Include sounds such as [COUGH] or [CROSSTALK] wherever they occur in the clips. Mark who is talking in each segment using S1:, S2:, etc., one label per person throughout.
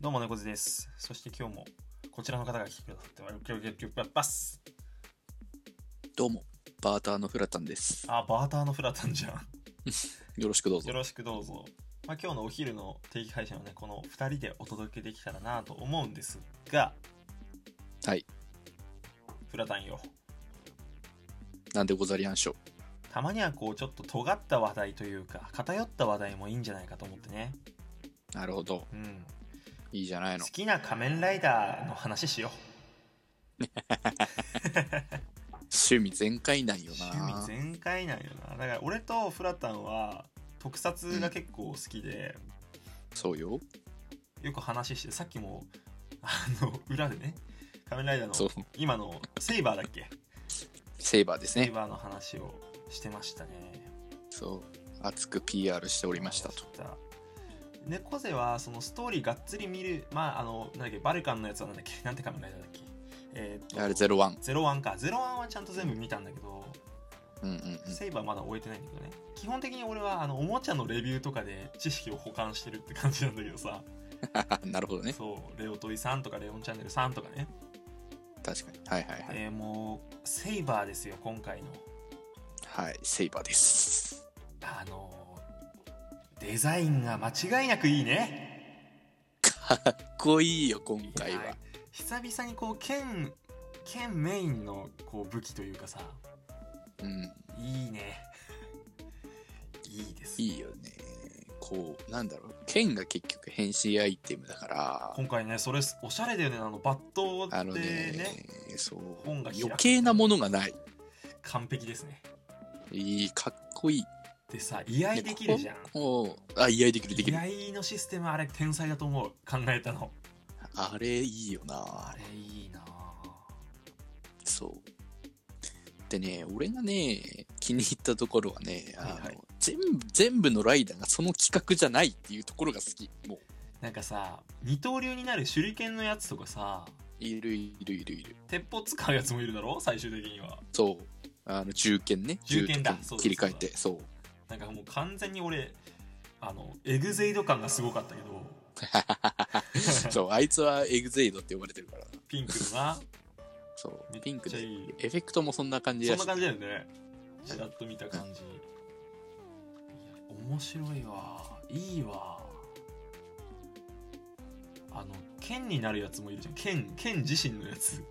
S1: どうも猫背です。そして今日もこちらの方が来てくださってます。
S2: どうも、バーターのフラタンです。
S1: あ、バーターのフラタンじゃん。
S2: よろしくどうぞ
S1: よ。ろしくどうぞ。まあ、今日のお昼の定期配信はね、この2人でお届けできたらなと思うんですが、
S2: はい。
S1: フラタンよ。
S2: なんでござりやんしょう。
S1: たまにはこう、ちょっと尖った話題というか、偏った話題もいいんじゃないかと思ってね。
S2: なるほど。
S1: うん。
S2: いいじゃないの
S1: 好。きな仮面ライダーの話しよ
S2: 趣味全開なんよ
S1: う。趣味
S2: な。
S1: 全開なんよな。だから俺とフラタンは特撮が結構好きで、
S2: そうよ。
S1: よく話してさっきもあの裏でね仮面ライダー
S2: そ
S1: の
S2: う。
S1: 今のセイバーだっけ
S2: セイバーです
S1: セイ
S2: ね。
S1: バーの話をしてましたね
S2: そう。熱く PR しておりましたと。
S1: した猫背はそのストーリーがっつり見るまああのなんだっけバルカンのやつはなんだっけ [LAUGHS] なんて仮面ライダーだっけえーっと
S2: あれ、ゼロワン。
S1: ゼロワンかゼロワンはちゃんと全部見たんだけど、
S2: うんうんうん。
S1: セイバーまだ終えてないんだけどね基本的に俺はあのおもちゃのレビューとかで知識を保管してるって感じなんだけどさ、
S2: なるほどね。
S1: そうレオトイさんとかレオンチャンネルさんとかね
S2: 確かに。はいはいはい。
S1: えーもうセイバーですよ今回の
S2: はい、セイバーです。
S1: あのーデザインが間違いなくいいね
S2: かっこいいよ、今回
S1: いや
S2: は。
S1: 久々にこう剣剣メインのこう武器というかさ
S2: うん。
S1: いいね [LAUGHS] いいです
S2: いいよね。こう、なんだろう。剣が結局変身アイテムだから。
S1: 今回ねそれおしゃれだよねあのバットで
S2: あの
S1: ね
S2: ね、そう。
S1: 本が開く
S2: 余計なものがない。
S1: 完璧ですね
S2: いい、かっこいい。
S1: でさ居合できるじゃん
S2: おうあ、居合できるでき
S1: 居
S2: る。
S1: 合のシステムあれ天才だと思う考えたの
S2: あれいいよ
S1: あ
S2: な。
S1: れいいな
S2: そう。でね、俺がね、気に入ったところはね、あの、
S1: はいはい
S2: 全部、全部のライダーがその企画じゃないっていうところが好き。もう、
S1: なんかさ二刀流になる手裏剣のやつとかさ
S2: いるいるいるいる。
S1: 鉄砲使うやつもいるだろ最終的には
S2: そう。あの、銃剣ね。
S1: 銃剣だ
S2: と
S1: そうそうそう
S2: 切り替えて、そう。
S1: [LAUGHS] なんかもう完全に俺あのエグゼイド感がすごかったけど
S2: そう、あいつはエグゼイドって呼ばれてるからな。
S1: ピンクのな
S2: そう。ピンク
S1: めっち
S2: で
S1: ゃ。いい
S2: エフェクトもそんな感じ
S1: そ
S2: だ
S1: ん
S2: し
S1: な。感じだよねちらっと見た感じいや面白いわいいわあの剣になるやつもいるじゃん剣剣自身のやつ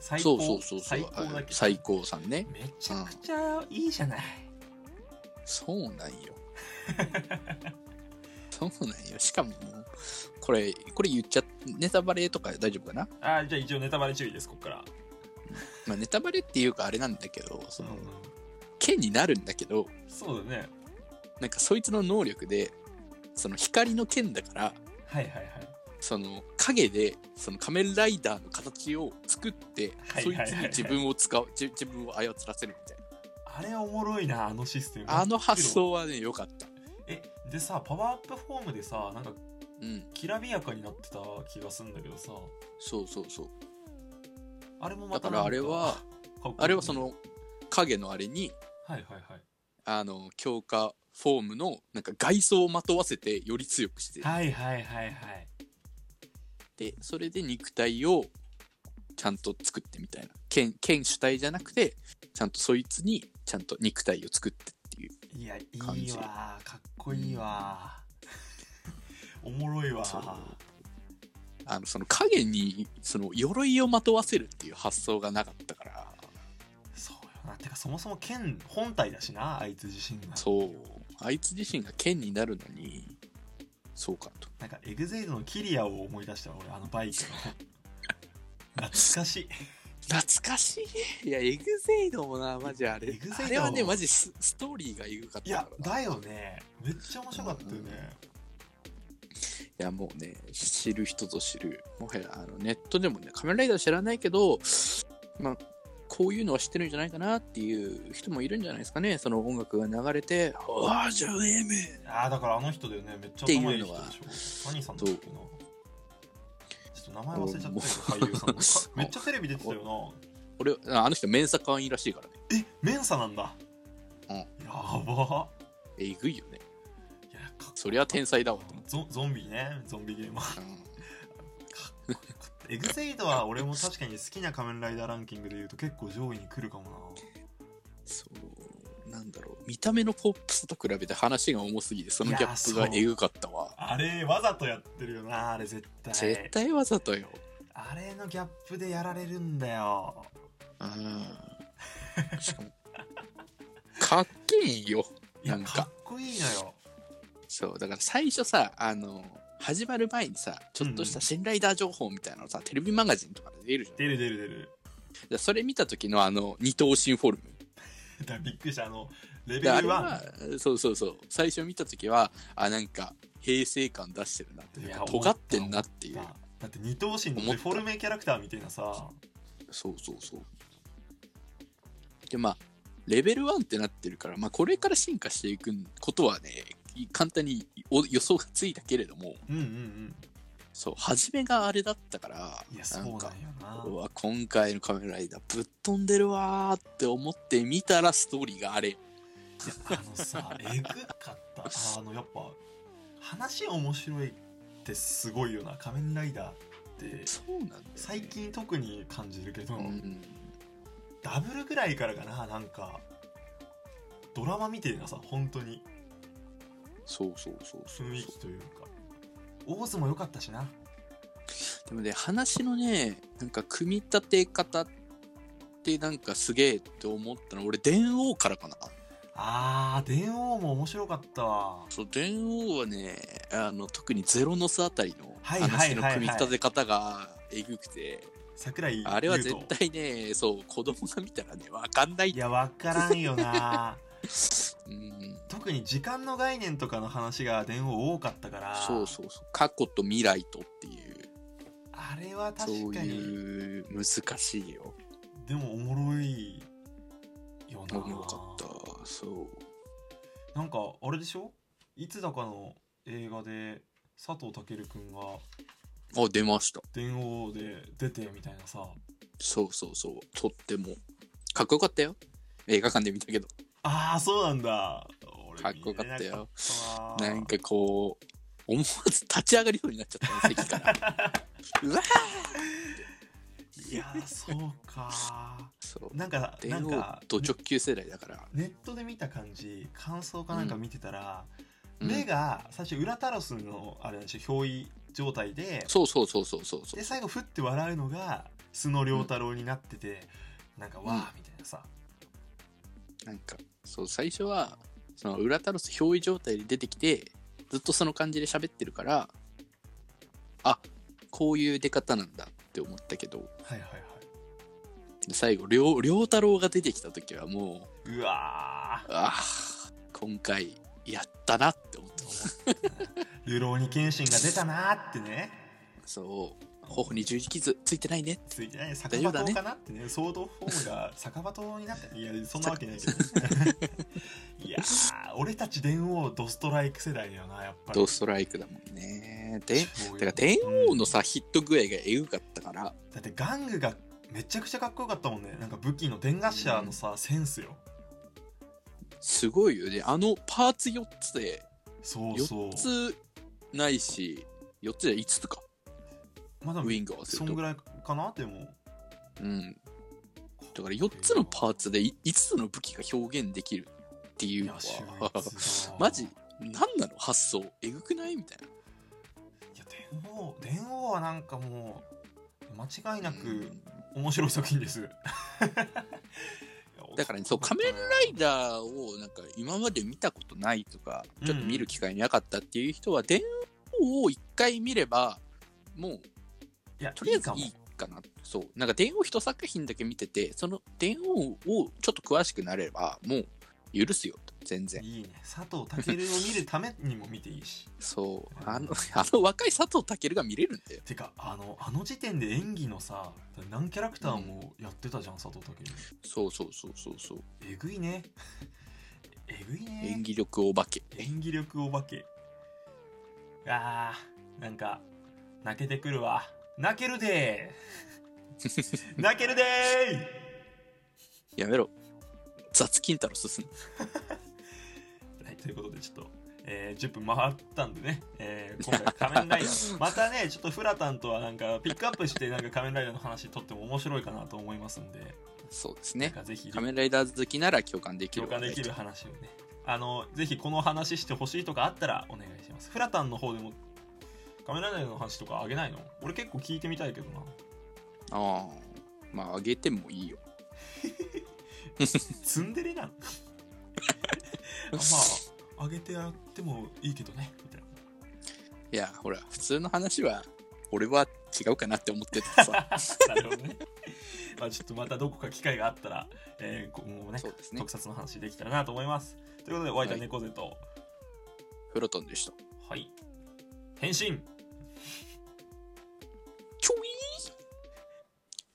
S1: 最
S2: そ
S1: 高
S2: うそうそうそ
S1: 最
S2: う。
S1: 高だっけ
S2: 最高さんね。
S1: めちゃくちゃいいじゃない、
S2: そうなんよ。 [LAUGHS] そうなんよ。しかも、これ、これ言っちゃ、ネタバレとか大丈夫かな
S1: あじゃあ一応ネタバレ注意ですこっから
S2: まあ、ネタバレっていうかあれなんだけど、そ
S1: うん
S2: の、剣になるんだけど、
S1: そうだね
S2: なんかそいつの能力で、その光の剣だから、
S1: はいはいはい
S2: その影で、その仮面ライダーの形を作って、
S1: はい
S2: そ
S1: はい
S2: い
S1: はい
S2: つに自分を使う、じ自分を操らせるみたい
S1: あれおもろいなあのシステム
S2: な。あの発想はね、良かった。
S1: えでさパワーアップフォームでさなんか
S2: うん。
S1: きらびやかになってた気がするんだけどさ
S2: そうそうそう。
S1: あれもま
S2: だ
S1: た
S2: か
S1: なん
S2: らあれは、
S1: かっこいいね
S2: あれはその影のあれに、
S1: はいはいはい
S2: あの強化フォームのなんか外装をまとわせてより強くして
S1: はいはいはいはい
S2: でそれで肉体をちゃんと作ってみたいな剣剣主体じゃなくてちゃんとそいつにちゃんと肉体を作ってっていう
S1: いやい
S2: 感
S1: い
S2: じ
S1: わかっこいいわ [LAUGHS] おもろいわ
S2: そうあのその影にその鎧をまとわせるっていう発想がなかったから
S1: そうよなてかそもそも剣本体だしなあいつ自身が
S2: そうあいつ自身が剣になるのにそうかと
S1: なんかエグゼイドのキリアを思い出したわ俺あのバイクの [LAUGHS] 懐かしい
S2: 懐かしいいやエグゼイドもなマジあれ
S1: エグゼイド
S2: あれはねマジスストーリーがエグかっ
S1: い
S2: た
S1: や
S2: からな
S1: だよねめっちゃ面白かったよね、
S2: いやもうね知る人ぞ知るもはやあのネットでもね仮面ライダー知らないけどまあこういうのは知ってるんじゃないかなっていう人もいるんじゃないですかねその音楽が流れて「ああじゃあエム
S1: ああだからあの人だよねめっちゃ
S2: ってい
S1: 頭いいう人
S2: のは
S1: でしょ何さんだっけなちょっと名前忘れちゃったけど俳優さんのかめっちゃテレビ出てたよ
S2: 俺ああの人メンサ会員らしいからね
S1: なえメンサなんだ、
S2: うん
S1: やば
S2: えぐいよね
S1: いやか
S2: そりゃ天才だわと思っ
S1: ゾゾンビねゾンビゲーム
S2: た、うん
S1: エグゼイドは俺も確かに好きな仮面ライダーランキングで言うと結構上位に来るかも
S2: そう、なんだろう。見た目のポップスと比べて話が重すぎて、そのギャップ
S1: いや
S2: が
S1: そう
S2: えぐかったわ。
S1: なあれわざとやってるよなあれ絶対
S2: 絶対わざとよ。
S1: あれのギャップでやられるんだよ
S2: うん。しかも、かっけえんよ。
S1: いや
S2: なんか
S1: かっこいいのよ
S2: そう、だから最初さ、あの、始まる前にさ、ちょっとした新ライダー情報みたいなのさ、テレビマガジンとかで出るじゃん。
S1: 出る出る出る
S2: じゃあそれ見た時のあの、二等身フォルム。
S1: だからびっくりしたあのレベ
S2: で
S1: ル
S2: あれ
S1: 1
S2: は、そうそうそう。最初見た時は、あ、なんか、平成感出してるなっていう
S1: い
S2: か
S1: や、
S2: 尖ってんなっていう
S1: だ。だって二頭身の
S2: 思
S1: デ
S2: った
S1: フォルメキャラクターみたいなさ
S2: そうそうそう。で、まあ、レベル1ってなってるから、まあ、これから進化していくことはね、簡単にお予想がついたけれども、
S1: うんうんうん
S2: そう、初めがあれだったから、
S1: いやそうなんよな
S2: うわ今回の仮面ライダーぶっ飛んでるわーって思って見たらストーリーがあれ
S1: いやあの
S2: [LAUGHS]
S1: さえぐかったあのやっぱ話面白いってすごいよな仮面ライダーって
S2: そうなんだよね、
S1: 最近特に感じるけど、
S2: うん
S1: ダブルぐらいからかななんかドラマみてえなさ本当に
S2: そうそうそうそう
S1: 雰囲気というか大相撲良かったしな
S2: でもね話のねなんか組み立て方ってなんかすげえって思ったの俺電王からかな
S1: あー電王も面白かったわ
S2: そう電王はねあの特にゼロノスあたりの
S1: はいはいはいはい
S2: 話の組み立て方がえぐくて、
S1: 桜井優
S2: あれは
S1: 斗
S2: 絶対ねそう子供が見たらねわかんない
S1: いや分からんよな [LAUGHS]
S2: うん
S1: 特に時間の概念とかの話が電王多かったから
S2: そうそうそう過去と未来とっていう
S1: あれは
S2: そ
S1: 確
S2: う
S1: かに
S2: いう難しいよ
S1: でもおもろいよな
S2: おもろかったそう
S1: なんかあれでしょいつだかの映画で佐藤健くんが
S2: あ出ました
S1: 電王で出てみたいなさ
S2: そうそうそうとってもかっこよかったよ映画館で見たけど
S1: ああそうなんだ俺
S2: かっこよかった
S1: 見れな
S2: よ
S1: かったわ
S2: なんかこう思わず立ち上がるようになっちゃったの
S1: [LAUGHS]
S2: 席からうわ
S1: いやーそうか
S2: そう
S1: なんかな
S2: 電
S1: ん
S2: 王
S1: か
S2: と直球世代だから
S1: ネネットで見た感じ感想かなんか見てたら、
S2: うん
S1: 目が最初裏タロスのあれなんでしょ憑依状態で
S2: そうそうそうそうそうそう
S1: で最後ふって笑うのが須野良太郎になってて、なんかわーみたいなさ、
S2: なんかそう最初はその裏タロス憑依状態で出てきてずっとその感じで喋ってるからあこういう出方なんだって思ったけど
S1: はいはいは
S2: で最後両両太郎が出てきた時はも
S1: いうわ
S2: うあー今回やったなって思った [LAUGHS]
S1: ー流浪に謙信が出たなーってね
S2: そう頬に十字傷ついてないね
S1: ついてない
S2: 大
S1: 酒
S2: 丈
S1: 場
S2: 夫だね
S1: 刀かなってねソードフォームが酒場刀にな [LAUGHS] ったいやそんなわけないけど [LAUGHS] いやー俺たち電王ドストライク世代だよなやっぱり
S2: ドストライクだもんねで
S1: そうよ
S2: だから電王の
S1: う
S2: さヒット具合がえぐかったから
S1: んだって玩具がめちゃくちゃかっこよかったもんねなんか武器の電ガシャのさ、センスよ
S2: すごいよねあのパーツ4つで
S1: そうそう
S2: 4つないし4つじゃ5つか
S1: まだ
S2: ウィング合わせ
S1: そ
S2: る
S1: ん
S2: と
S1: ぐらいかなでも
S2: うんだから4つのパーツで5つの武器が表現できるっていう
S1: い
S2: の
S1: や秀
S2: は
S1: 逸だ
S2: [LAUGHS] マジ何なの発想えぐくないみたいない
S1: や電王電王はなんかもう間違いな
S2: う
S1: く
S2: ん
S1: 面白い作品ですいや
S2: [LAUGHS] だからねそう仮面ライダーをなんか今まで見たことないとか
S1: うん
S2: ちょっと見る機会なかったっていう人は電王を一回見ればもう
S1: いや
S2: とりあえず
S1: いいかも
S2: いいかなそうなんか電王一作品だけ見ててその電王をちょっと詳しくなればもう許すよ全然
S1: いいね佐藤健を見るためにも見ていいし [LAUGHS]
S2: そうあの [LAUGHS] あの若い佐藤健が見れるんだよ
S1: てかあのあの時点で演技のさ何キャラクターもやってたじゃん、佐藤健
S2: そうそうそうそうそう
S1: えぐいね [LAUGHS] えぐいね
S2: 演技力お化け
S1: 演技力お化けあーなんか泣けてくるわ泣けるで
S2: [LAUGHS]
S1: ー泣けるで
S2: やめろ雑金太郎進む
S1: ーはいということでちょっと、えー10分回ったんでね、えー今回仮面ライダーまたねちょっとフラタンとはなんかピックアップしてなんか仮面ライダーの話とっても面白いかなと思いますんで
S2: [LAUGHS] そうです
S1: なん
S2: ね。
S1: かぜひ
S2: 仮面ライダー好きなら共感できる。
S1: 共感できる。話をねあのぜひこの話してほしいとかあったらお願いしますフラタンの方でも仮面ライダーの話とかあげないの俺結構聞いてみたいけどな
S2: ああ。まあ、あげてもいいよ。
S1: ツンデレ
S2: [LAUGHS]
S1: なんまああげてやってもいいけどねみたいない
S2: や、ほら、普通の話は、俺は違うかなって思って
S1: [LAUGHS]
S2: たさ。
S1: な
S2: [LAUGHS]
S1: るほどね。まあちょっとまたどこか機会があったら、えー、今後もね
S2: そうですね
S1: 特。撮の話できたらなと思います。ということで、お相手は猫背と、はい、
S2: フロトンでした。
S1: 変身
S2: ちょいー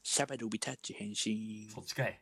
S2: シャバドゥビタッチ変身。
S1: そっちかい。